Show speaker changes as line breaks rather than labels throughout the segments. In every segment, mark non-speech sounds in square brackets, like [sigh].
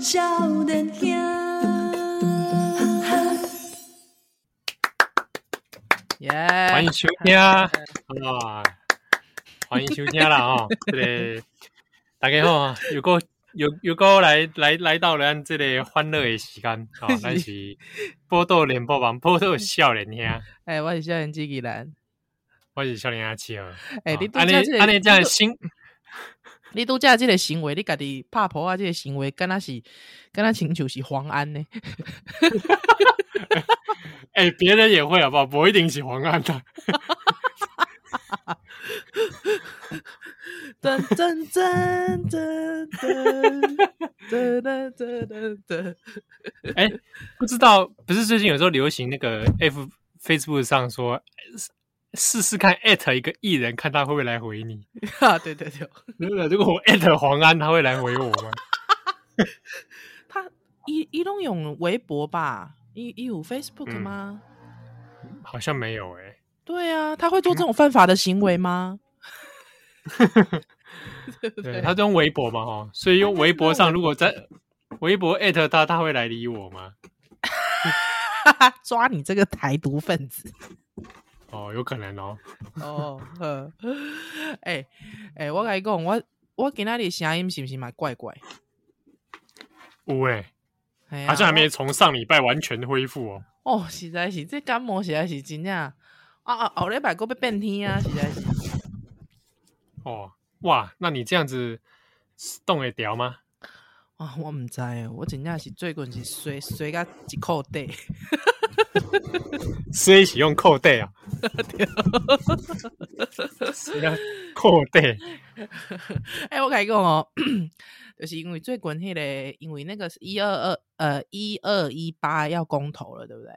少年兄，哈哈。
耶！
欢迎收听啊！欢迎收听啦吼，这个大家好，又个又又个来来来到咱这个欢乐的时间
[laughs]
吼，咱是报道联播网报道少年兄，
哎，我是少年机器人。
我是少年阿七哦。
哎，你
哦
拄
安尼
则即
安尼这
个，
样新
你拄则即个行为，你家己拍婆啊，即个行为，敢若是敢若亲像是黄安 [laughs] 呢？
哎，别人也会好不好？不一定是啊黄安的，
噔噔噔噔噔噔噔噔噔 [laughs] 噔，
不知道不是最近有时候流行那个 F Facebook 上说试试看艾特一个艺人，看他会不会来回你。 [laughs]
哈，啊对对对，
如果如果我艾特黄安，他会来回我吗？
他伊伊拢用微博吧？伊伊有 Facebook
嗯
吗？
好像没有欸诶、
对啊，他会做这 [laughs] 种犯法的行为吗？对不
对，
对？哎
他是用微博嘛，哈，所以用微博上，如果在微博艾特他，他会来理我吗？
[laughs] 抓你这个台独分子！
哦，有可能哦。
[laughs] 哦，呵，哎哎，我甲你讲，我我今仔日声音是不是嘛怪怪？
有诶、
哎呀
好啊像还没
我
从上礼拜完全恢复哦。
哦，实在是这感冒实在是真正啊啊，后礼拜个要变天啊，实在是。
哦，哇，那你这样子动得掉吗？
啊，我毋知哦，我真正是最近是衰衰到一裤底，
所以是用扣带啊，是要 [laughs] 扣带。
[laughs] 哎、我甲你讲哦， [clears throat] 就是因为最近迄、个，因为那个一二二呃一二一八要公投了，对不对？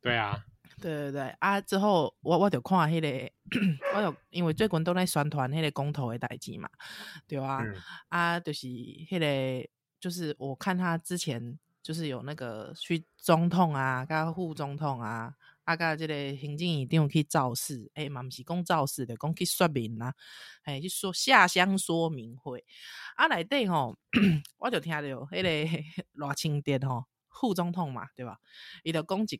对啊，
对对对啊！之后我我就看迄、个， [coughs] 我就因为最近都在宣传迄个公投的代志嘛，对啊、
嗯
啊，就是迄、个，就是我看他之前就是有那个去总统啊，甲副总统啊，啊甲即个行政院长去造势，诶、嘛毋是讲造势的，讲去说明啊，诶、去说下乡说明会啊，内底吼， [coughs] 我就听着迄、个 [laughs] 赖清德吼，副总统嘛，对吧？伊就讲一句。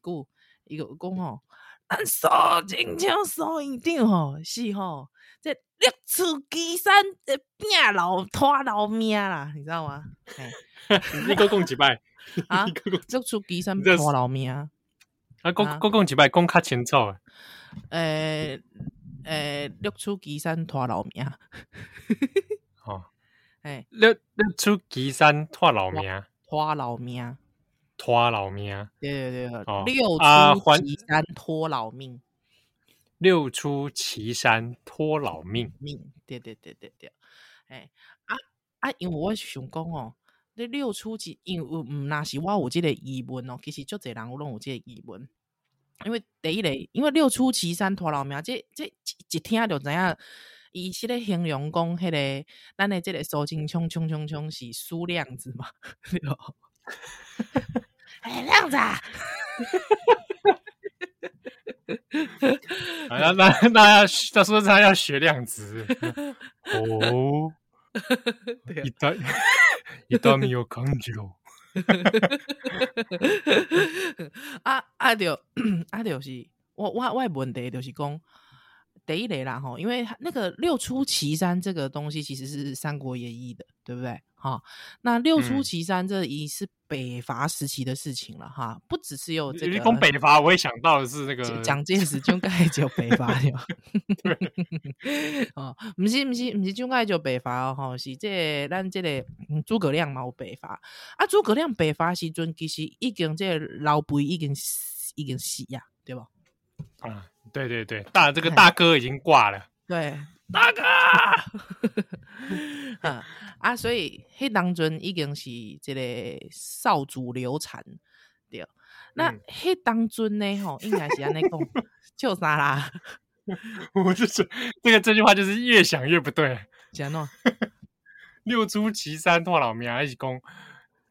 伊就讲吼， [coughs] 咱所亲像所院长吼，是吼，这六处岐山的拼老拖老命啦，你知道吗？嘿
你够共几拜？
[laughs] 啊
你，够共，
六处岐山
你这是
拖老命，
啊，
啊
共共共几拜？共卡前奏啊？
诶诶，六处岐山拖老命，啊
哦，
诶，
六六出岐山拖老命，
拖老命，啊
拖老命。
对对对，
哦啊
六
还
处岐山拖老命
六出祁山拖老 [laughs] 命，
命，对对对对对，诶啊啊，因为我想讲哦。你六出几，因为毋若是我有即个疑问哦，其实足侪人拢有即个疑问，因为第一类，因为六出祁山拖老命，这这一一听就知影，伊是咧形容讲迄、个，咱的即个苏金冲冲冲冲是苏亮子嘛， [laughs] 对吧哎、亮子、啊，
啊，那那那要他说他要学量子 [laughs] 哦，
对啊
一段 [laughs] 一段没有抗拒哦，
[laughs] 啊啊就啊就是我我我的问题就是讲第一类啦吼，因为它那个六出祁山这个东西其实是《三国演义》的，对不对？哈，那六出
嗯及
祁山这已是北伐时期的事情了哈，不只是有这
你
个
讲北伐，我会想到的是那个
蒋蒋介石就该就北伐
[laughs]
了。哦，毋是毋是毋是就该就北伐哦，吼，是这个咱这个嗯诸葛亮嘛有北伐啊，诸葛亮北伐时阵其实已经这个老肥已经死已经死呀，对不？
啊，对对对，大这个
哎
大哥已经挂了，
对，
[laughs] 大哥，
嗯啊，所以迄当阵已经是这个少主流产对。那
嗯
迄当阵呢，吼，应该是安尼讲，
[laughs]
就啥啦？
[laughs] 我就是这个这句话就是越想越不对，
是安怎？
六出祁山拖老命，啊还是讲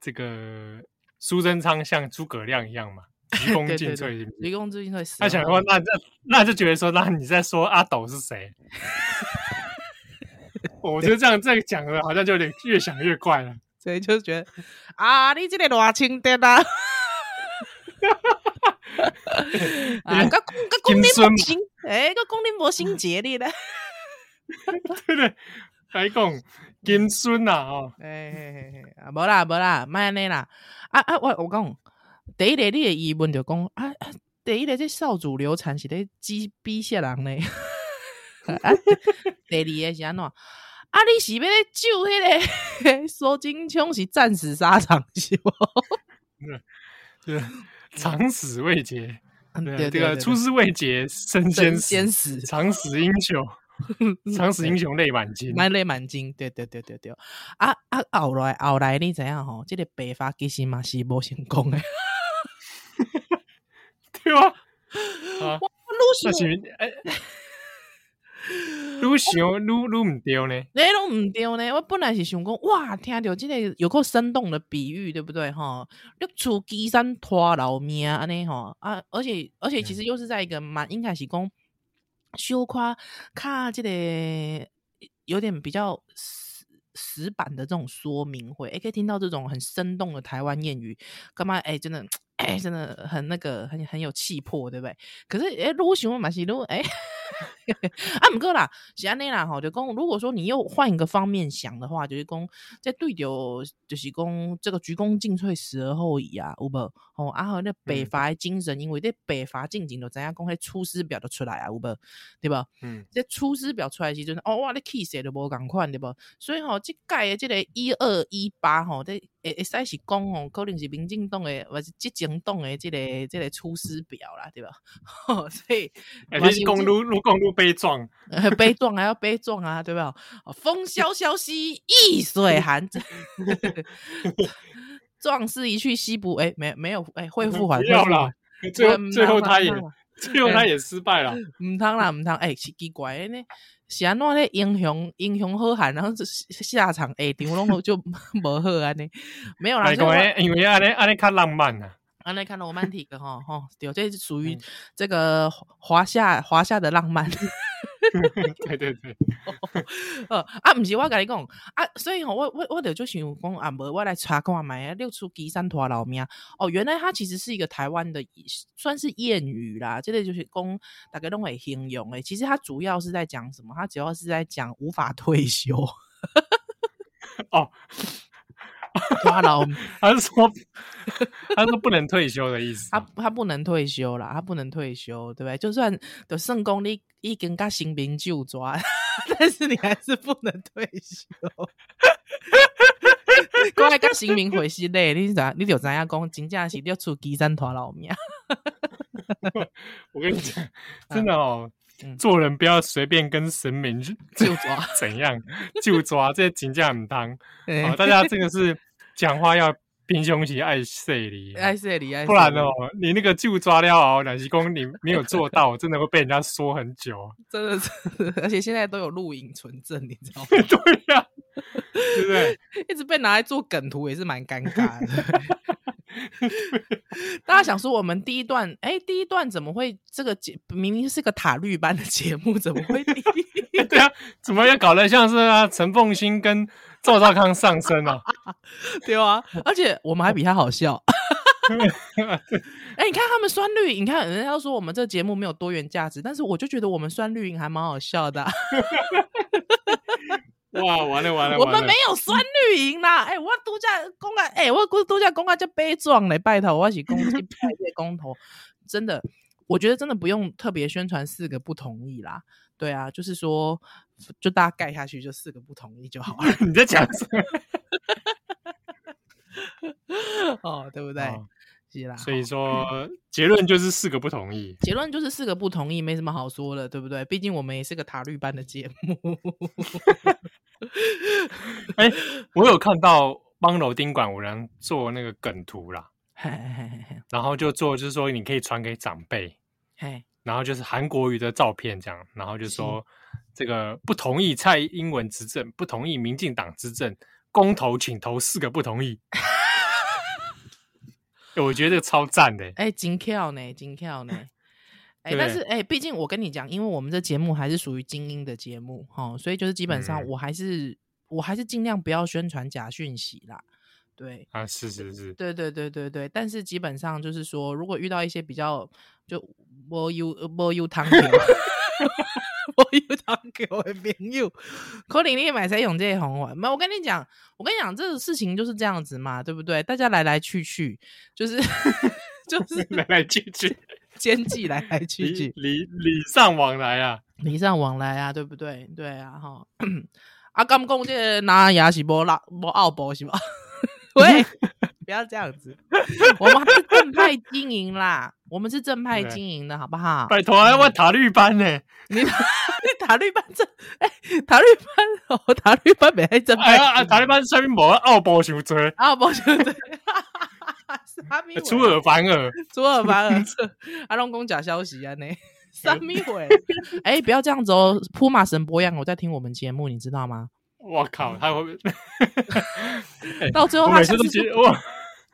这个苏贞昌像诸葛亮一样嘛，
[laughs]
鞠
对
躬
对
尽
对
瘁，是不是
雷公最近会死。哦
他啊想说，那那那就觉得说，那你在说阿斗
[laughs]
是谁？我觉得这样这样讲的，好像就有点越想越怪了。
所以就觉得啊，你这个偌清德啊， [laughs] 啊，个个公
金
恁
孙
无心，诶，个公恁无心结你咧，
对不对？来
嗯
讲金孙呐、啊，哦，
诶， [laughs] 嘿嘿嘿啊，无啦无啦，莫安尼啦，啊啊，我我讲，第一个你的疑问就讲啊，啊第一个这少主流产是咧激逼死人咧， [laughs] 啊，第第二个是安怎？啊，你是要救迄个 [laughs] 苏金昌是战死沙场是无？
对，长死未捷，
嗯
对啊，
对
这
对
个
对
出师未捷身先
神
死，
仙死，
长死英雄，
嗯
长死英雄泪满襟。
满泪满襟，对对对对对。啊啊，后来后来你知影吼？即、个白发其实嘛是无成
[laughs]
功诶。[laughs]
对吧？啊，
我
那
愈
是
想，
哎，愈想愈愈毋对呢。
你拢毋对呢。我本来是想讲，哇，听着即个有够生动的比喻，对不对吼？你厝基山拖老命安尼吼啊，而且而且
嗯
其实又是在一个蛮应该是讲小夸看即个有点比较死死板的这种说明会，诶、可以听到这种很生动的台湾谚语，干嘛？诶、真的，诶、真的很那个，很很有气魄，对不对？可是，诶、如果喜欢马西路，诶、 [laughs] 啊，唔过啦，是安尼啦，吼，就讲，如果说你又换一个方面想的话，就是讲，在对着就是讲这个鞠躬尽瘁，死而后已啊，有无？吼、啊，还有那北
嗯
伐的精神，因为这北伐进前就知影讲，迄出师表就出来啊，有无？对无？
嗯，
这出师表出来的时阵，哦哇，你 kiss 都无共款对无？所以吼、即届的即个一二一八吼，这会会使是讲吼，可能是民进党诶，或是执政党诶，即个即个出师表啦，对吧？ [laughs] 哦所以
哎，
嘛
你
是
是
有
讲
这
愈愈讲愈悲壮，
呃 [laughs] 悲壮还要悲壮啊，对吧？哦风萧萧兮易水寒，
[laughs]
壮士一去兮不哎，没没有哎，会复还
嗯不要啦。最后最后他也最后他也失败了。
毋通啦，毋通，哎、是奇怪的呢，是安怎咧？英雄英雄好汉，然后这下场下场拢就 [laughs] 无好安尼，没有啦，
来
就
讲
是
诶，因为安尼安尼较浪漫啊呐。
安尼看罗曼蒂克吼吼，对，这是属于
嗯
这个华夏华夏的浪漫。
[laughs] 对对对，
呃，啊，毋是，我甲你讲，啊，所以吼、我我我就就想讲啊，无我来查看卖啊，六出岐山拖老命哦，原来它其实是一个台湾的，算是谚语啦，这个就是讲大概拢会形容诶。其实它主要是在讲什么？它主要是在讲无法退休 [laughs]
哦，
拖老，
他是说 [laughs] 他说不能退休的意思。
他他不能退休啦，他不能退休，对不对？就算就算讲你已经甲新兵就抓，但是你还是不能退休。 [laughs] 讲来甲新兵回是嘞，你是怎样？你就知影讲，真正是六出岐山拖老命。
我跟你讲， [laughs] 真的哦
嗯，
做人不要随便跟神明 [laughs] 去
就抓
怎样就抓，这真正很当。好，
哎，
大家这个是讲话要平胸起 [laughs] 爱碎里，
爱说你爱，
不然哦，，你那个就抓了哦，奶昔公你没有做到，真的会被人家说很 [laughs] 久。
真的是， [laughs] 而且现在都有录影存证，你知道吗？
对呀、对不对？
一直被拿来做梗图也是蛮尴尬的。大家想说，我们第一段，哎、第一段怎么会这个节明明是个塔绿班的节目，怎么会第一？
哎 [laughs] 对啊，怎么又搞得像是啊陈凤新跟赵少康上
[laughs]
身哦？
对啊，而且我们还比他好笑。哎、你看他们酸绿营，你看人家都说我们这节目没有多元价值，但是我就觉得我们酸绿营还蛮好笑的啊、
哇，完了完了，
我
完
们
了
没有酸绿营
[laughs]
啦，哎、我度假公干，哎、我度假公干就悲壮嘞，拜托，我一起公鸡拜这公投， [laughs] 真的，我觉得真的不用特别宣传四个不同意啦，对啊，就是说，就大家盖下去就四个不同意就好了，
你在讲什么？
[laughs] 哦，对不对？
哦
是啦，
所以说结论就是四个不同意。
结论就是四个不同意，没什么好说的，对不对？毕竟我们也是个塔绿班的节
[laughs]
目， [laughs]
哎，我有看到帮楼丁管五人做那个梗图啦，
嘿嘿嘿嘿
然后就做就是说你可以传给长辈，
嘿，
然后就是韩国瑜的照片这样，然后就说这个不同意蔡英文执政，不同意民进党执政，公投请投四个
[laughs]
不同意。欸我觉得超赞的、
哎，金跳呢，金跳
[laughs]
呢。哎，
对
但是哎，毕竟我跟你讲，因为我们这节目还是属于精英的节目哈、齁所以就是基本上
嗯
我还是、我还是尽量不要宣传假讯息啦。对，
啊，是是是，
对对对对对，但是基本上就是说，如果遇到一些比较就无有无有糖球， [laughs] 无有糖球的朋友，可能你买才用这些红环。没有，我跟你讲，我跟你讲，这个事情就是这样子嘛，对不对？大家来来去去，就是 [laughs] 就是
来来去去，
奸计来来去去
礼，礼礼尚往来啊，
礼尚往来啊，对不对？对啊，哈。 [coughs] 啊，刚讲这个拿牙是无拉无澳博是吧？ [laughs] 喂，不要这样子，我们还是正派经营啦，我们是正派经营的好不好？
拜托啊，我塔绿班呢，
你 [laughs] 你塔绿班正，哎、塔绿班哦，塔绿班没在正派
哎呀，啊
经营
塔绿班上面无奥博伤多，
啊，不是对， [laughs] 啥咪
哎出尔反尔，
出尔反
[laughs]
尔，这阿龙公假消息啊
哎
呢。三米鬼，哎、不要这样子哦！铺马神博样，我哦在听我们节目，你知道吗？
我靠，他会不会，
到最后
我
他
每
下
次都
次
觉得
就
哇，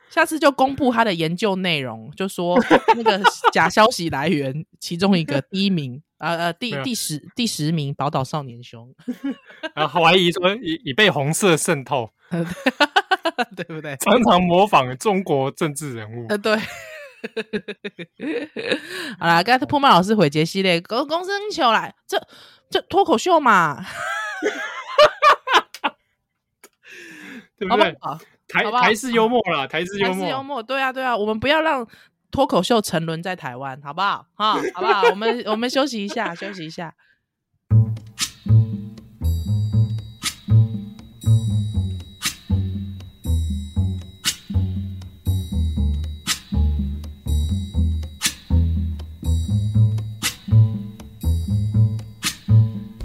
下次就公布他的研究内容，就说那个假消息来源其中一个第一名，呃呃第
对啊
第十第十名宝岛少年兄， [laughs]
然后怀疑说已已被红色渗透，
对不对？
常常模仿中国政治人物
呃，对。 [laughs] 好啦，刚才破曼老师毁杰系列，公公生球来，这这脱口秀嘛，
对
好不
不对？
好？
台
好不好
台式幽默啦，台式幽
还是幽
默，
默，对啊，对啊，我们不要让脱口秀沉沦在台湾，好不好？哈，好不好？我们我们休息一下，休息一下。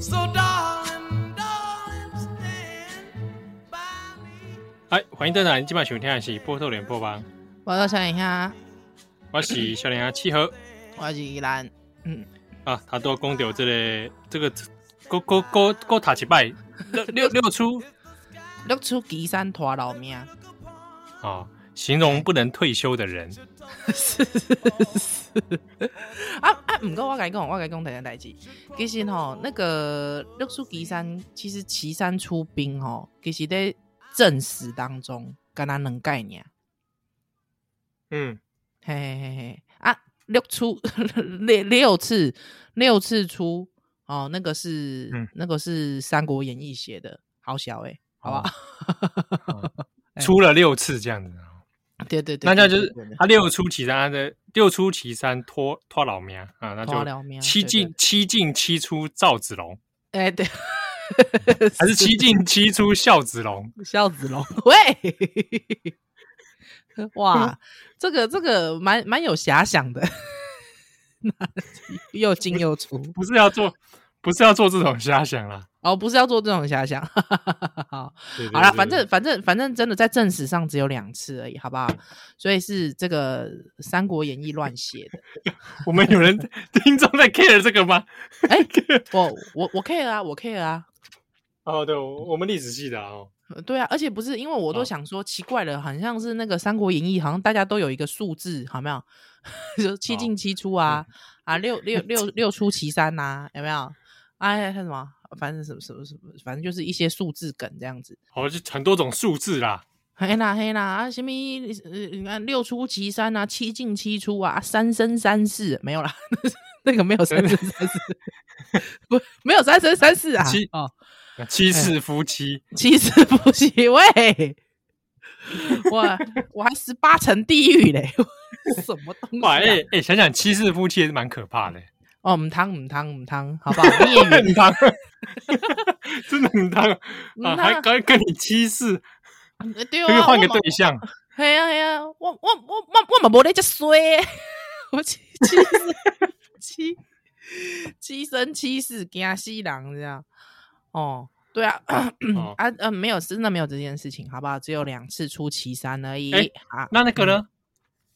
So darling, darling, stand by me.
哎，欢迎登来，今晚收听的是波特联播吧，
我要想一下，
我是小林阿七和
我是依兰，嗯，
啊，他都讲到这个这个勾勾勾勾塔一拜六六六出
六出岐山拖老命，
啊，形容不能退休的人，
是是。啊啊！唔过我甲你讲，我甲你讲，等下代志。其实吼，那个六出岐山，其实岐山出兵吼，其实在正史当中，敢若两概念。
嗯，
嘿嘿嘿嘿啊，六出六六次六次出哦，那个是、
嗯
那个是《三国演义》写的，好小哎、好吧？哎
出了六次这样子啊，
对对对，
那那就
对
是
对对
他六出祁山他的六出祁山拖拖老命啊，那
拖老命
就七
对
进七进七出赵子
[laughs]
龙，
哎对，
[laughs] 还是
[laughs]
七进七出孝子龙？
孝子
[laughs]
龙喂。哇，这个这个蛮蛮有遐想的， [laughs] 那又进又出
不是要做，不是要做这种瞎想啦。
哦，不是要做这种遐想， [laughs] 好，
对对
好了，
对
反正反正反正真的在正史上只有两次而已，好不好？所以是这个《三国演义》乱写的。
我们有人 [laughs] 听众在 care 这个吗？
哎、我我我 care 啊，我 care 啊，
哦，对，我我们历史系的啊哦，
呃对啊，而且不是因为我都
哦
想说奇怪了，好像是那个《三国演义》，好像大家都有一个数字，好没有？ [laughs] 就七
哦
进七出啊，啊六六六六出祁山呐、有没有？哎、啊，什么？反正什么什么什么，反正就是一些数字梗这样子。
好就很多种数字啦。
嘿啦嘿啦啊，什么呃，你看六出祁山啊，七进七出啊，啊三生三世没有啦，那个没有三生三世，不没有三生三世啊，
七
哦
七世夫妻，
七世不息喂，我我还十八层地狱嘞， [laughs] 什么东西、
哇，
啊？
哎、哎、想想七世夫妻也是蛮可怕的、
哦，母汤母汤母汤，好不好？孽
[laughs]
缘 [laughs]
很烫，真的很烫
嗯
啊！
那
还刚跟你七世，
呃对啊，
可以换个
我嘛
对象，
嘿啊嘿啊，我我我我我嘛无咧遮衰， [laughs] 我
[laughs]
七七十七七生七世惊死人这样。哦，对啊，
哦
啊呃，没有，真的没有这件事情，好不好？只有两次出奇山而已。
哎
啊，
那那个呢？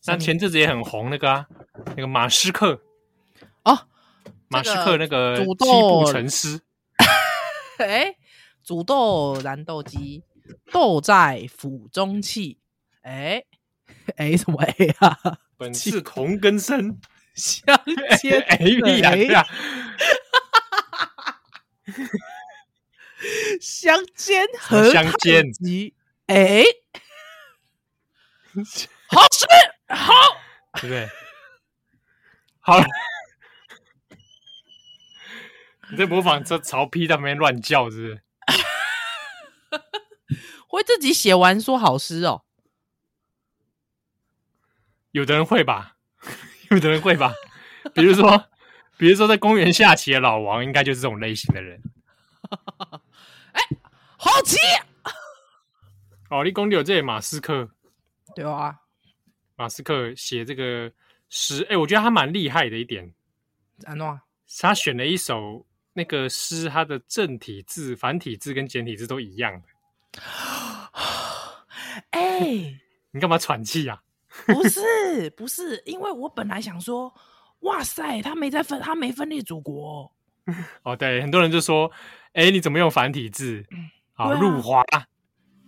什
那
么
前阵子也很红那个啊，那个马斯克，
哦，
马斯克那个
煮
七
豆
步成诗，
哎，煮豆燃豆萁，豆在釜中泣。哎哎，什么哎
[laughs]
啊？
本是同根生，
相煎
[laughs] 哎屁呀
哎
对啊，
相煎何
相煎
太急？哎，好吃好。
对不对？好了， [laughs] 你在模仿这曹丕在那边乱叫是不是？
会自己写完说好诗哦。
有的人会吧， [laughs] 有的人会吧。比如说，比如说在公园下棋的老王，应该就是这种类型的人。
好奇，
哦，立功有这里马斯克，
对啊，
马斯克写这个诗，哎、我觉得他蛮厉害的一点，
安诺，
是他选了一首那个诗，它的正体字、繁体字跟简体字都一样的。
[sighs] 哎、
你干嘛喘气啊？
不 [laughs] 是不是，因为我本来想说，哇塞，他没在分，他没分裂祖国，
哦，对，很多人就说，哎、你怎么用繁体字？啊，
对啊
入华。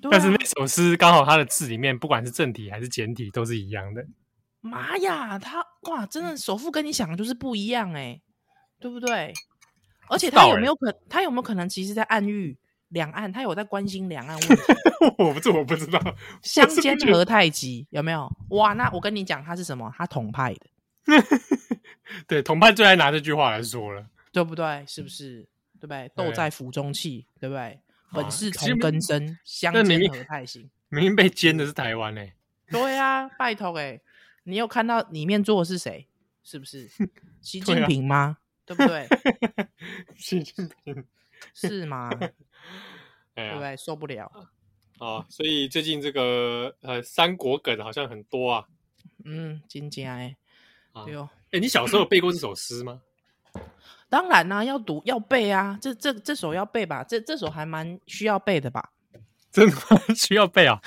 对、啊，
但是那首诗刚好它的字里面，不管是正体还是简体，都是一样的。 [laughs]
妈呀，他哇，真的首富跟你想的就是不一样哎、对不对？而且他
道
有
欸
没有可，他有没有可能其实在暗喻两岸，他有在关心两岸问
[laughs]
题？
我不是我不知道，
相
是不
煎
觉得
何太急，有没有？哇，那我跟你讲，他是什么？他统派的，
对，同伴最爱拿这句话来说了。
对不对？是不是？对不对？豆
嗯对
在釜中泣，对不对？
啊
本是
其实
同根生，相
那
煎
明明
何太急。
[laughs] 明明被奸的是台
[laughs]
湾呢、
对啊，拜托哎、你有看到里面坐的是谁？是不
[laughs]
是习
对
近
啊
平吗？对不
[laughs]
对？
习近平，
是吗？
啊
对
哎
不
呀，
对？受不了。
哦，所以最近这个呃三国梗好像很多啊。
嗯，真正哎，
啊
对哦。
哎、你小时候有背过这首诗吗？ [laughs]
当然啦、要读要背啊，这这这首要背吧，这这首还蛮需要背的吧？
真的吗 [laughs] 需要背啊？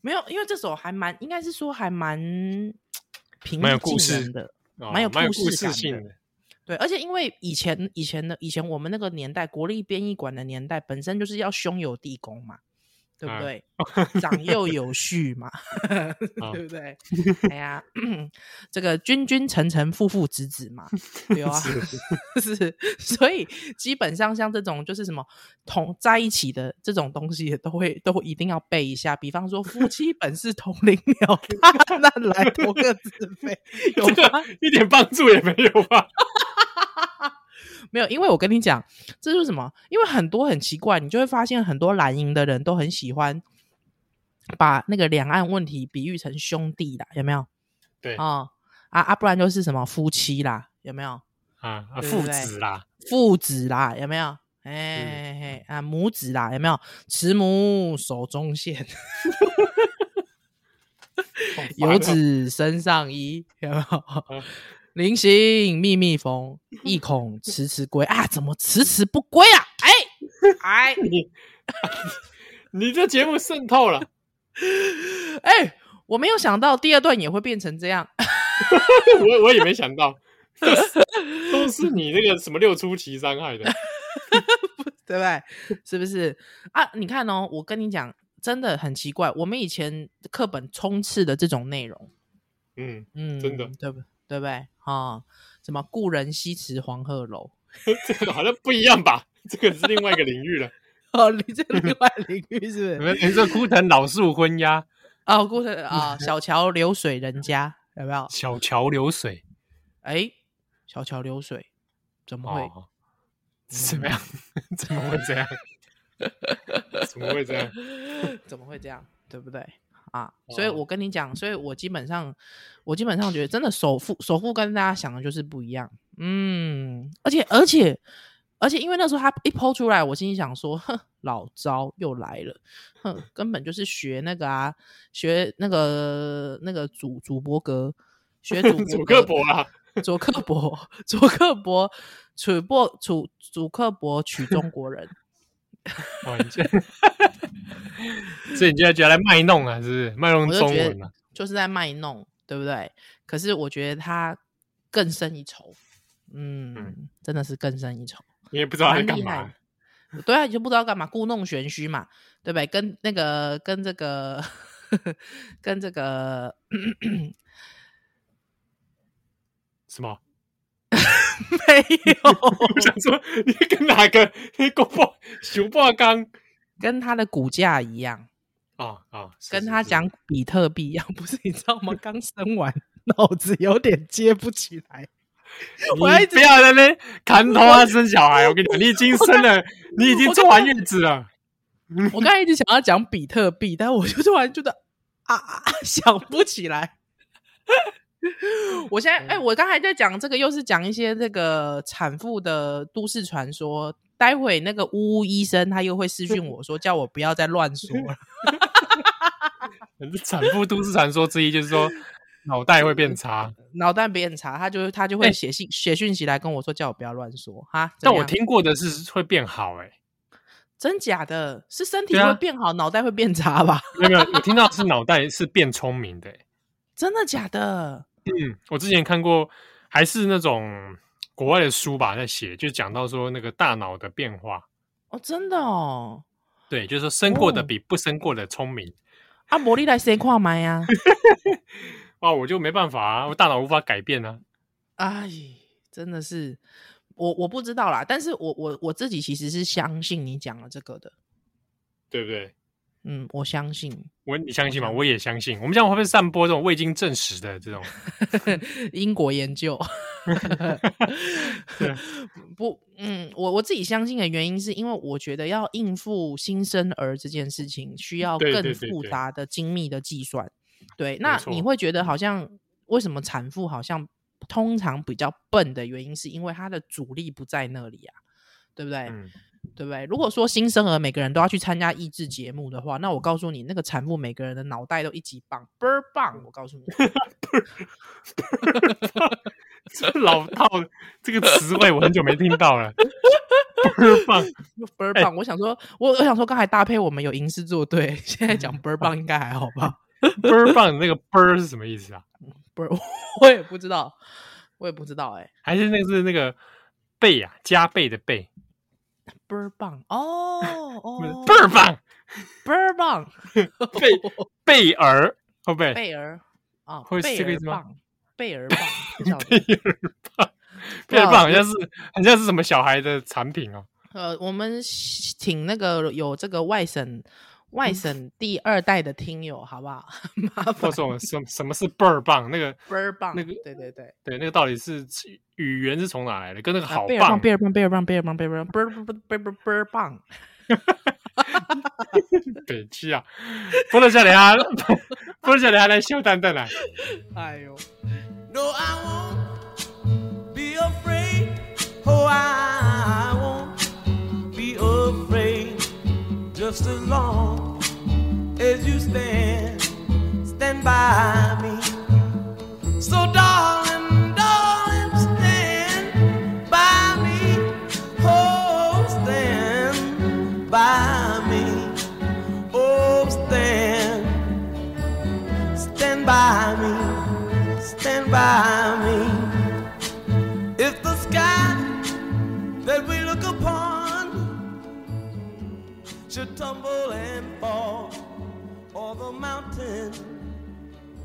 没有，因为这首还蛮，应该是说还蛮平
蛮有
易
故
近
事
人的，
哦
蛮有
蛮有
故
故
事感
事
的
性
[laughs]
的。
对，而且因为以前以前的以前我们那个年代，国立编译馆的年代，本身就是要兄友弟恭嘛，对
啊
不
[laughs]
对？ [laughs] 长幼有序嘛，
啊哦
对不
[laughs]
对？哎呀， [clears throat] 这个君君臣臣父父子子
[laughs]
嘛，对啊， [laughs] 是，所以基本上像这种就是什么同在一起的这种东西，都会都一定要背一下。比方说，夫妻本是同林鸟， [laughs] 那来同个子非，有
[laughs] 这
吗？
个一点帮助也没有吧？
没有，因为我跟你讲，这就是什么？因为很多很奇怪，你就会发现很多蓝营的人都很喜欢把那个两岸问题比喻成兄弟啦，有没有？
对啊
哦，啊啊，不然就是什么夫妻啦，有没有？
啊，
对
父
不对
子啦，
父子啦，有没有？哎、嘿嘿啊，母子啦，有没有？慈母手中线，
好烦
游
哦
子身上衣，有没有
嗯？
临行密密缝，意
[laughs]
恐迟迟归啊！怎么迟迟不归啊？哎哎，
你这节目渗透了，
[laughs] 哎、我没有想到第二段也会变成这样。 [laughs]
我我也没想到， [laughs] 都是你那个什么六出奇伤害的。
对不对？是不是啊？你看哦，我跟你讲，真的很奇怪，我们以前课本充斥的这种内容，
嗯，
嗯，
真的
对不对不对啊、什么故人西辞黄鹤楼，
这个好像不一样吧？这个是另外一个领域了。
哦，你这另外领域是
[laughs]
不
你 [laughs]
是？
们你这枯藤老树昏鸦，
哦，故事啊、小桥流水人家有没有？
小桥流水，
哎，小桥流水怎么会？
哦，怎么样？ [laughs] 怎么会这样？ [laughs] 怎么会这 [laughs] 样？
怎么会这样？对不对？啊，所
哦
以我跟你讲，所以我基本上，我基本上觉得，真的首富首富跟大家想的就是不一样。嗯，而且而且而且，因为那时候他一抛出来，我心里想说，哼，老招又来了，哼，根本就是学那个啊，学那个那个主主播哥，学主
主
播
[laughs] 克
哥
伯啦，啊
佐克伯，佐克伯，楚伯，楚祖克伯娶中国人，
哇，哦你这，所以你就要觉得来卖弄啊，是不是？卖弄
我就
中
觉
文啊
得？就是在卖弄，对不对？可是我觉得他更胜一筹，嗯，
嗯
真的是更胜一筹。
你也不知道他在
蛮
干
厉害
嘛
的。对啊，你就不知道干嘛，故弄玄虚嘛，对不对？跟那个跟这个 [laughs] 跟这
[laughs]
个
什么？
没有
[laughs] 我想说，你跟哪个你个半熊半刚
跟他的股价一样，
啊啊？是
跟
是
他
是
讲比特币一样，不是？你知
[laughs]
道吗？刚生完，脑子有点接不起来。 [laughs] 我还一
你
直
不要在那边砍头啊生小孩，我跟你讲，你已经生了，你已经坐完月子了。
我刚才一直想要讲比特币，但我就突然觉得啊 [laughs] 啊啊想不起来。我现在
嗯
哎、我刚才在讲这个，又是讲一些这个产妇的都市传说。待会那个呜呜医生他又会私讯我说，叫我不要再乱说
嗯
了。
产妇都市传说之一就是说脑袋会变差，
脑袋别很差，他就他就会写信写讯息来跟我说，叫我不要乱说哈。
哎但我
怎样
听过的是会变好，哎，
真假的是身体
对啊
会变好，脑袋会变差吧？ [laughs]
没有没有，我听到是脑袋是变聪明的。欸
真的假的？
嗯，我之前看过，还是那种国外的书吧，在写就讲到说那个大脑的变化，
哦，真的哦。
对，就是说生过的
哦
比不生过的聪明。
啊，魔力来谁跨麦呀？
啊，我就没办法啊，我大脑无法改变啊。
哎，真的是，我我不知道啦，但是我我我自己其实是相信你讲了这个的，
对不对？
嗯，我相信， [laughs]
我你相信吗？
我相
我也相信。我们这样会不会散播这种未经证实的这种？
英国研
[laughs]
究，
啊
[laughs] 不，嗯，我我自己相信的原因是因为我觉得要应付新生儿这件事情，需要
嗯对对
更
对
复
对
杂的精密的计算。对，那
错嗯
你会觉得好像为什么产妇好像通常比较笨的原因，是因为她的主力不在那里啊，对不对？
嗯，
对不对？如果说新生儿每个人都要去参加益智节目的话，那我告诉你，那个产妇每个人的脑袋都一级棒，倍儿棒！我告
[laughs]
诉你，
这老套这个词汇我很久没听到了。倍儿棒，
倍
哎
儿棒！我想说，我我想说，刚才搭配我们有吟诗作对，现在
[laughs]
讲倍儿棒应该还好
嗯
吧？
倍儿棒，那个倍儿是什么意思啊？
[laughs] 倍儿，我也不知道，我也不知道、哎，
还是那个是那个倍啊，加倍的倍，
倍儿棒哦
[laughs]
哦，
倍儿棒，
倍儿棒，
贝贝尔会不会？
贝儿啊，
哎会是
贝
这个
儿
意思吗
棒，贝儿棒，
[laughs]
不晓得
贝尔棒，贝尔棒好像是好像是什么小孩的产品哦。
呃，我们是请那个有这个外省
嗯
外省第二代的听友，好不好？ [laughs] 麻
或
烦
者我们什什么是倍儿棒？那个
倍儿棒，
那个
对对对，
对，那个到底是语言是从哪来的？跟那个
啊
好
倍儿棒，
棒
倍儿棒，倍儿棒，倍儿棒，倍儿棒，倍儿棒倍儿棒倍儿棒，
北七啊，波多小莲啊， [laughs] 波多小莲啊来秀蛋蛋来，
哎呦，
No, I won't be afraid. Oh, I won't be afraid. Just as long as you stand, stand by me. So, darling, darling, stand by me. Oh, stand by me. Oh, stand, stand by me stand by me. If the sky that we look upon should tumble and fall, or the mountain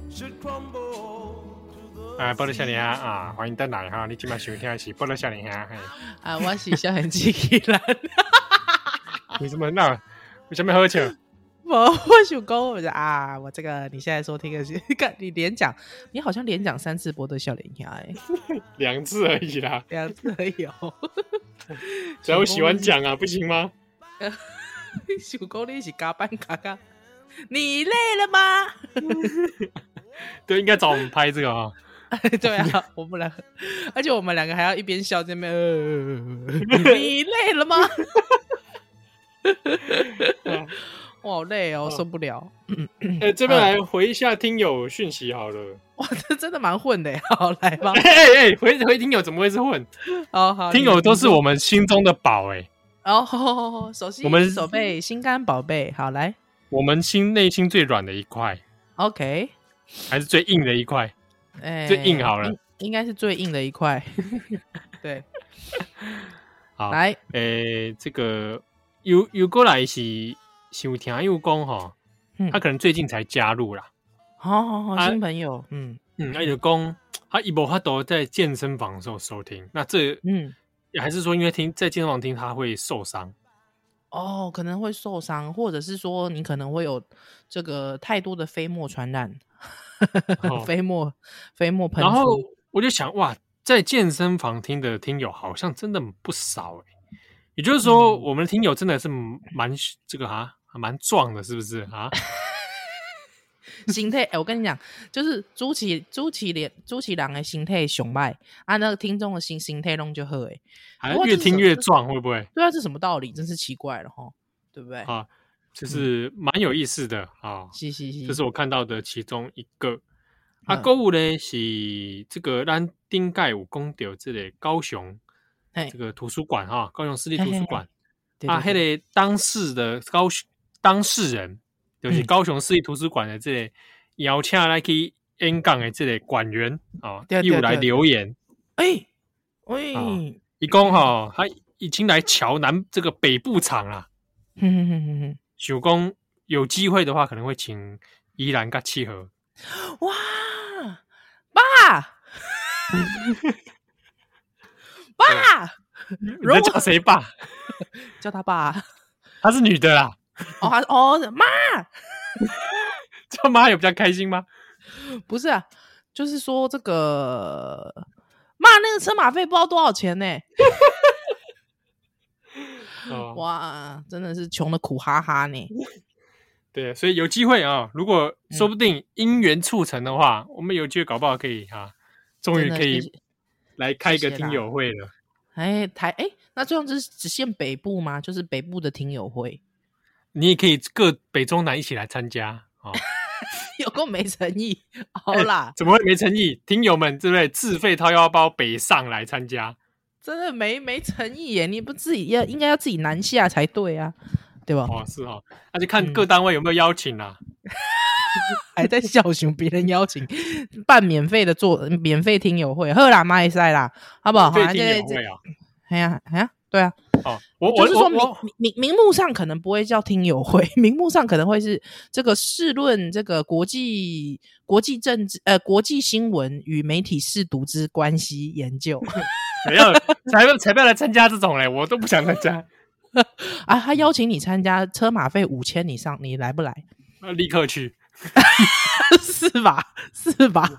should crumble to the
啊，波多小
sea.
莲啊，啊欢迎登来哈，你今晚收听的是波多小莲啊，嘿
[laughs] 啊，我是小很机器人，
你怎么那？为什么喝酒？
[laughs] 我我想讲，我说啊，我这个你现在收听的是，看你连讲，你好像连讲三次波多笑脸鸭，哎，
两次而已啦，
两次而已哦。 [laughs]
只要我喜欢讲啊，不行吗？
想讲你是加班嘎嘎，你累了吗？ [laughs]
对，应该找我们拍这个啊。
对啊，我们两个，而且我们两个还要一边笑这边， [laughs] 呃，你累了吗？ [laughs] 我好累哦，受不了。 [laughs]
哎、
嗯
这边来回一下听友讯息好了。
哇，这真的蛮混的耶。好，来吧
[laughs] 哎。哎、哎回回听友怎么会是混？
好好，
听
你
友都是我。们心中的宝哎、
你哦，好好好好手心，
我们
手背，心肝宝贝。好，来
我们心内心最软的一块，
，OK。
还是最硬的一块？
哎，
最硬好了
应，应该是最硬的一块。 [laughs] 对，
好，哎、
来，
这个有有过来是有听有讲哈，
嗯
他可能最近才加入啦。
好好好，
啊
新朋友，嗯
嗯，他就讲他一波他都在健身房的时候收听，那这
嗯，
还是说因为听在健身房听他会受伤？
哦，可能会受伤，或者是说你可能会有这个太多的飞沫传染，
哦
[laughs] 飞沫飞沫喷
然后
出，
我就想，哇，在健身房听的听友好像真的不少哎、也就是说，
嗯
我们的听友真的是蛮这个啊，蛮壮的，是不是啊？
心态，哎、我跟你讲，就是朱启朱启连朱启郎的心态熊脉啊，那个听众的心心态弄就喝哎，
还
不过
越
这是
听
什
越
这是
壮，会不会
对啊，这什么道理？真是奇怪了哈，对不对？
啊？就是
嗯
蛮有意思的啊。
嘻嘻嘻，
这是我看到的其中一个。啊，
嗯
购物呢是这个咱顶盖武公到这个高雄
嘿
这个图书馆哈，高雄市立图
嘿嘿
书
哎嘿
馆
对
啊，
对
迄
对
个当事的高雄当事人，就是
嗯
高雄市立图书馆的这个邀请来去演讲的这个馆员啊，
对对
又来
对对
留言，
哎喂，
啊
哼
一共哈，他已经来桥南这个北部场啦，
哼哼哼哼
想讲有机会的话，可能会请依然跟契合，
哇，
[laughs]
爸，爸，
你
如
在
果
叫谁 [laughs] 爸？
叫他爸
她是女的啦，
哦，他哦妈，
[laughs] 叫妈有比较开心吗？
不是啊，就是说这个妈那个车马费不知道多少钱呢、
哦，
哇，真的是穷的苦哈哈呢。
对，所以有机会啊、如果说不定因缘促成的话，我们有机会搞不好可以哈、啊，终于
真的
可
谢
以
谢
来开一
谢
个
谢
听
啦
友会了。
哎，台哎，那这样子只限北部吗？就是北部的听友会， [laughs]
你也可以各北中南一起来参加哦。 [laughs]
有够没诚意。好
哎
啦，
怎么会没诚意？听友们，对不对？自费掏腰包北上来参加，
真的没没诚意耶！你不自己要应该要自己南下才对啊，对吧？
哦，是哦，那就看
嗯
各单位有没有邀请啊啦、
还在笑熊别人邀请办免费的做免费听友会，喝啦，麦塞啦，好不好？
对，
好
听
这
友会啊。
哎呀哎呀，对啊，
哦，我我
哦就是
我
说名
我，
名名名目上可能不会叫听友会， [laughs] 名目上可能会是这个试论这个国际国际政治呃国际新闻与媒体试读之关系研究 [laughs]
不要才不要才 [laughs] 不要来参加这种嘞，我都不想参
[laughs]
加，
啊，他邀请你参加，车马费五千，你上你来不来？
那立刻去。
[laughs] 是吧？是吧？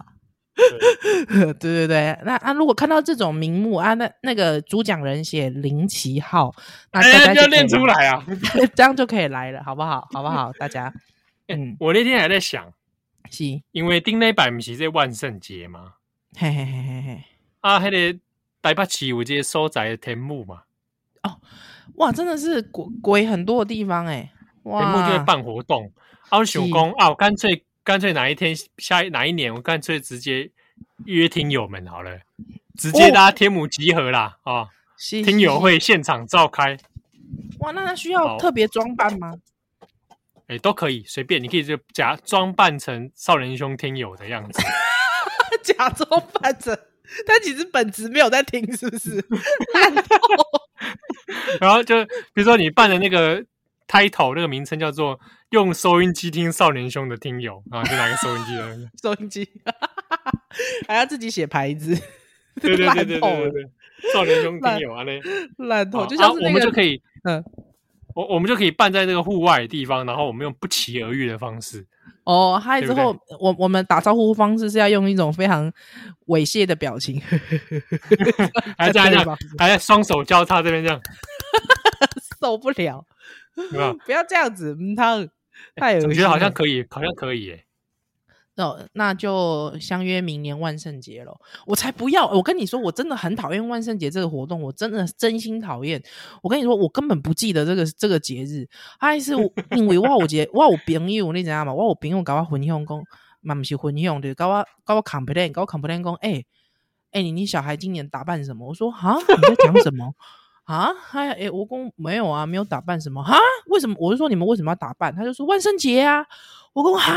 [laughs] 对对对，那啊，如果看到这种名目啊，那那个主讲人写林奇浩，那大
哎，
家
不要
就可以
练出来啊！
来， [laughs] 这样就可以来了，好不好？好不好？大家，嗯，
我那天还在想，
是，
因为顶礼拜不是在万圣节嘛，
嘿嘿嘿嘿嘿，
啊，迄、个台北市有这个所在的天幕嘛，
哇，真的是鬼鬼很多的地方哎、
天幕就会
哇，
办活动，啊，我想讲啊，我干脆干脆哪一天下一哪一年，我干脆直接约听友们好了，直接
哦
大家天母集合啦啊、
是
听友会现场召开，
哇，那他需
好
要特别装扮吗？ [laughs]
哎、都可以随便，你可以就假装扮成少年英雄听友的样子， [laughs]
他假装扮成，他其实本职没有在听，是不是？ [laughs] 烂透
然后就比如说你办的那个 title 那个名称叫做“用收音机听少年兄的听友”，啊，就拿个收音机的那个，
收音机， [laughs] 还要自己写牌子，
[laughs] 对对对
烂
对
透
对
了
对对，少年兄听友啊嘞，
烂
啊
头，就像是
啊我们就可
以，
以，
嗯，
我我们就可以办在这个户外的地方，然后我们用不期而遇的方式，
哦，嗨
对
之
不对
后，我我们打招呼方式是要用一种非常猥亵的表情， [laughs]
还这样这
对
样
吧，
还在双手交叉这边这样，
受不了，
对吧？
[laughs] 不要这样子，嗯，他太恶
啊哎我
心了，
觉得好像可以，好像可以耶，
哦，那就相约明年万圣节咯。我才不要！我跟你说，我真的很讨厌万圣节这个活动，我真的真心讨厌。我跟你说，我根本不记得这个这个节日，还是我因为我有节， [laughs] 我有朋友，你知道吗？我有朋友跟我分享讲，嘛不是分享，就是跟我跟我 complain，跟我 complain 讲，哎、欸、哎、欸，你你小孩今年打扮什么？我说啊，你在讲什么？ [laughs] 啊，还哎，我公没有啊，没有打扮什么哈？为什么？我就说你们为什么要打扮？他就说万圣节啊。我公哈，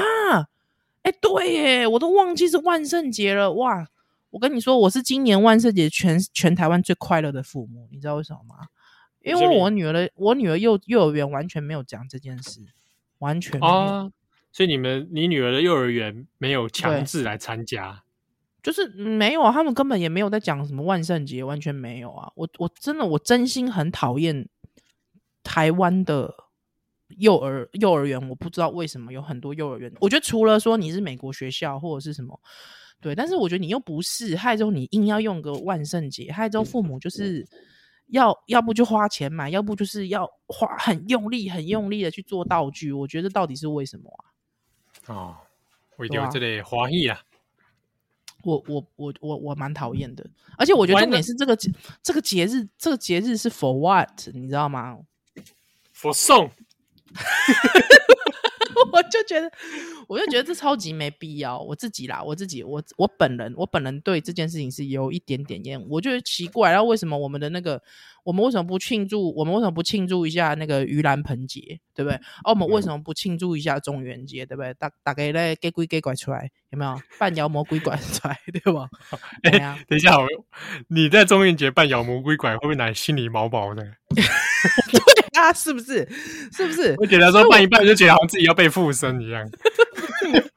哎、欸，对耶，我都忘记是万圣节了哇！我跟你说，我是今年万圣节全全台湾最快乐的父母，你知道为什么吗？因为我女儿的我女儿幼幼儿园完全没有讲这件事，完全没有，
哦，所以你们你女儿的幼儿园没有强制来参加，
就是没有啊，他们根本也没有在讲什么万圣节，完全没有啊！我我真的我真心很讨厌台湾的幼儿幼儿园，我不知道为什么有很多幼儿园，我觉得除了说你是美国学校或者是什么，对，但是我觉得你又不是，害之后你硬要用个万圣节，害之后父母就是。要要不就花钱买，要不就是要花很用力、很用力的去做道具。我觉得到底是为什么啊？
哦，为着这个欢喜啊，
我我我我我蛮讨厌的，而且我觉得
完
重点
了
是这个节这个节日，这个节日是 for what？你知道吗？ [laughs]
佛送
我就觉得，我就觉得这超级没必要。我自己啦，我自己，我我本人，我本人对这件事情是有一点点厌恶。我觉得奇怪，然后为什么我们的那个，我们为什么不庆祝？我们为什么不庆祝一下那个盂兰盆节，对不对？哦、我们为什么不庆祝一下中元节，对不对？大大概咧给鬼给拐出来，有没有半妖魔鬼怪出来， [laughs] 对
[laughs]
吧？
哎
对啊，
等一下，我你在中元节扮妖魔鬼怪，会不会来心里毛毛的？
对啊，是不是？是不是？
我觉得说扮一扮就觉得好像自己要被附身一 [laughs] 样，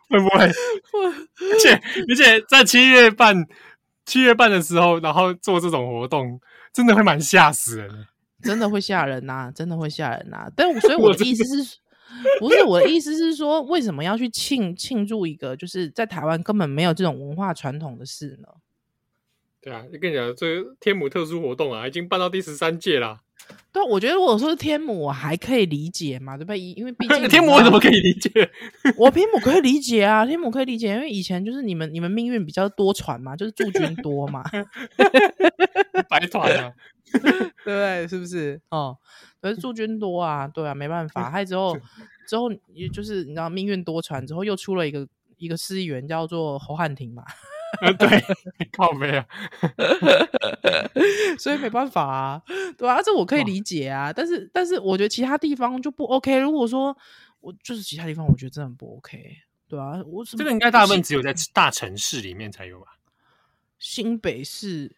会不会？而且而且在七月半七月半的时候，然后做这种活动，真的会蛮吓死人的。
真的会吓人呐、真的会吓人呐、但我所以我的意思是，不是我的意思是说，为什么要去庆庆祝一个就是在台湾根本没有这种文化传统的事呢？
对啊，跟你讲，这个天母特殊活动啊，已经办到第十三届啦。
对啊，我觉得如果说是天母，我还可以理解嘛，对不对？因因为毕
[laughs]
竟
天母
我
我怎么可以理解？
我天母可以理解啊，天母可以理解，因为以前就是你们你们命运比较多舛嘛，就是驻军多嘛，
白团啊，
对不对？是不是？哦，可
嗯
是驻军多啊，对啊，没办法。还之后之后也就是你知道命运多舛，之后又出了一个一个市议员叫做侯汉廷嘛， [laughs]
呃对， [laughs] 靠背啊，
所以没办法啊，对啊，这我可以
哇
理解啊，但是但是我觉得其他地方就不 OK。如果说我就是其他地方，我觉得真的很不 OK，对啊，我什么
[laughs] 这个应该大部分只有在大城市里面才有吧？
新北市，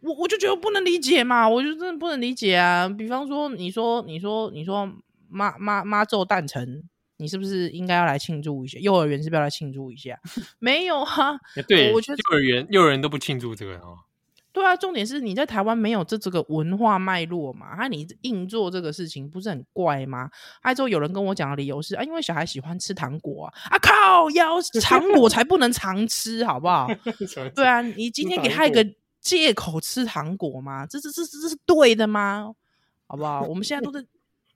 我我就觉得不能理解嘛，我就真的不能理解啊。比方说，你说你说你说妈妈妈咒诞辰，你是不是应该要来庆祝一下？幼儿园是不是要来庆祝一下？ [laughs] 没有啊，
呃对，
我觉得
幼儿园幼儿园都不庆祝这个哦。
对啊，重点是你在台湾没有这这个文化脉络嘛，啊，你硬做这个事情不是很怪吗？啊还之后有人跟我讲的理由是啊，因为小孩喜欢吃糖果啊，啊靠腰，糖果才不能常吃，好不好？对啊，你今天给他一个借口吃糖果吗？这这这这这是对的吗？好不好？我们现在都是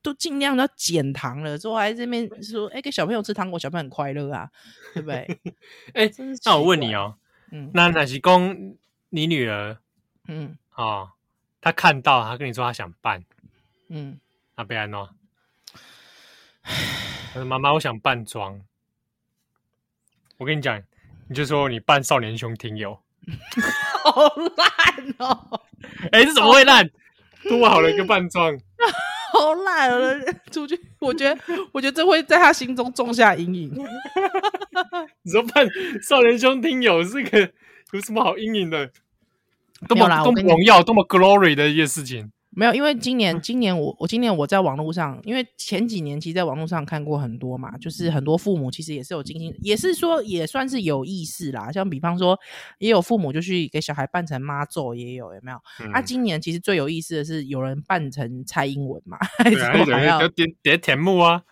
都尽量要减糖了，之后还在这边说，哎、给小朋友吃糖果，小朋友很快乐啊，对不对？
[laughs] 哎
真是
那我
奇
问
怪
你，哦，
嗯
那奶昔公，你女儿
嗯
啊、哦，她看到，她跟你说她想办， [laughs]
嗯，
那被安诺，她说妈妈，我想扮装。我跟你讲，你就说你扮少年兄听友，
好烂哦、
哎，这怎么会烂？多好了一个扮装，
好懒了， [laughs] 出去，我觉得，我觉得这会在他心中种下阴影。
你说扮少年兄听友这个有什么好阴影的？多
没有
么
啦
多
我
么
跟你
荣耀，多么 glory 的一件事情。
没有，因为今
嗯
年，今年我我今年我在网络上，因为前几年其实在网络上看过很多嘛，就是很多父母其实也是有精心，也是说也算是有意识啦。像比方说，也有父母就去给小孩扮成妈咒，也有有没有？啊，
嗯
今年其实最有意思的是有人扮成蔡英文嘛， [laughs]
对啊，
还
有人
要
要点点田木啊，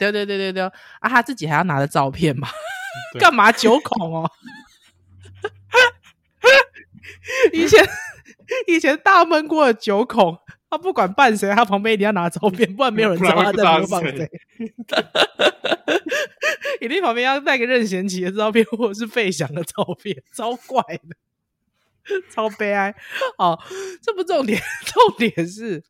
对对对对对，啊，他自己还要拿着照片嘛， [laughs]
对
干嘛九孔哦？ [laughs] 以前以前大闷锅的九孔，他不管扮谁，他旁边一定要拿照片，不然没有人知道他在模仿
不然会不知
谁。 [laughs] 一定旁边要带个任贤齐的照片或者是费翔的照片，超怪的，超悲哀。哦，这不重点，重点是，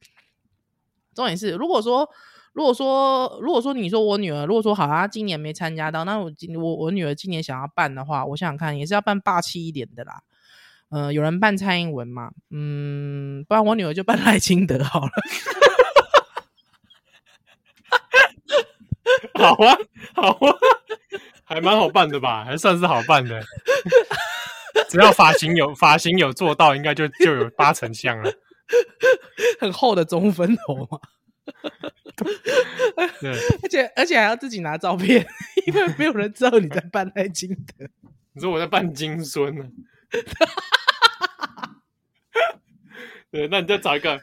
重点是，如果说，如果说，如果说你说我女儿，如果说好，她今年没参加到，那我今我我女儿今年想要办的话，我想想看，也是要办霸气一点的啦。呃，有人办蔡英文嘛？嗯，不然我女儿就办赖清德好了。
[laughs] 好啊，好啊， [laughs] 还蛮好办的吧，还算是好办的。只要发型有发型有做到，应该就就有八成像了。
很厚的中分头嘛， [laughs]
对，
而且而且还要自己拿照片， [laughs] 因为没有人知道你在办赖金德。 [laughs]
你说我在扮金孙啊呢？ [laughs] 对，那你就找一个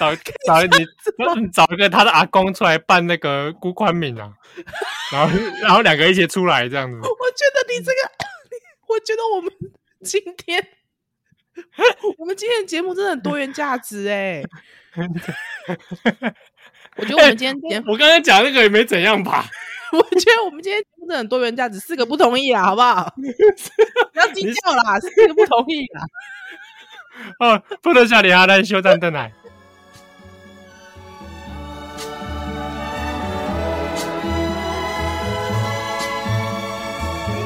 找找你，那你找一个他的阿公出来扮那个辜宽敏啊，然后然后两个一起出来这样子。
我觉得你这个， [laughs] 我觉得我们今天， [laughs] 我们今天的节目真的很多元价值哎、 [laughs] 我觉得我们今天节目，
哎我刚才讲那个也没怎样吧？
我觉得我们今天节目真的很多元价值，四个不同意啊，好不好？不要计较啦，四个不同意啦。
哦，不能笑脸阿丹修战邓来。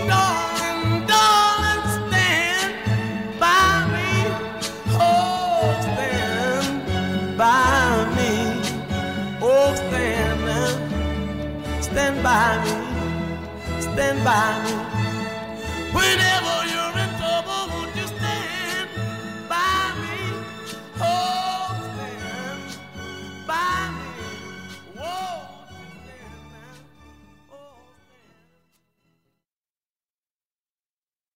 Darling, darling, stand by me. Oh, stand by me. Oh, stand, stand by me. Stand by me. Whenever Oh, Oh,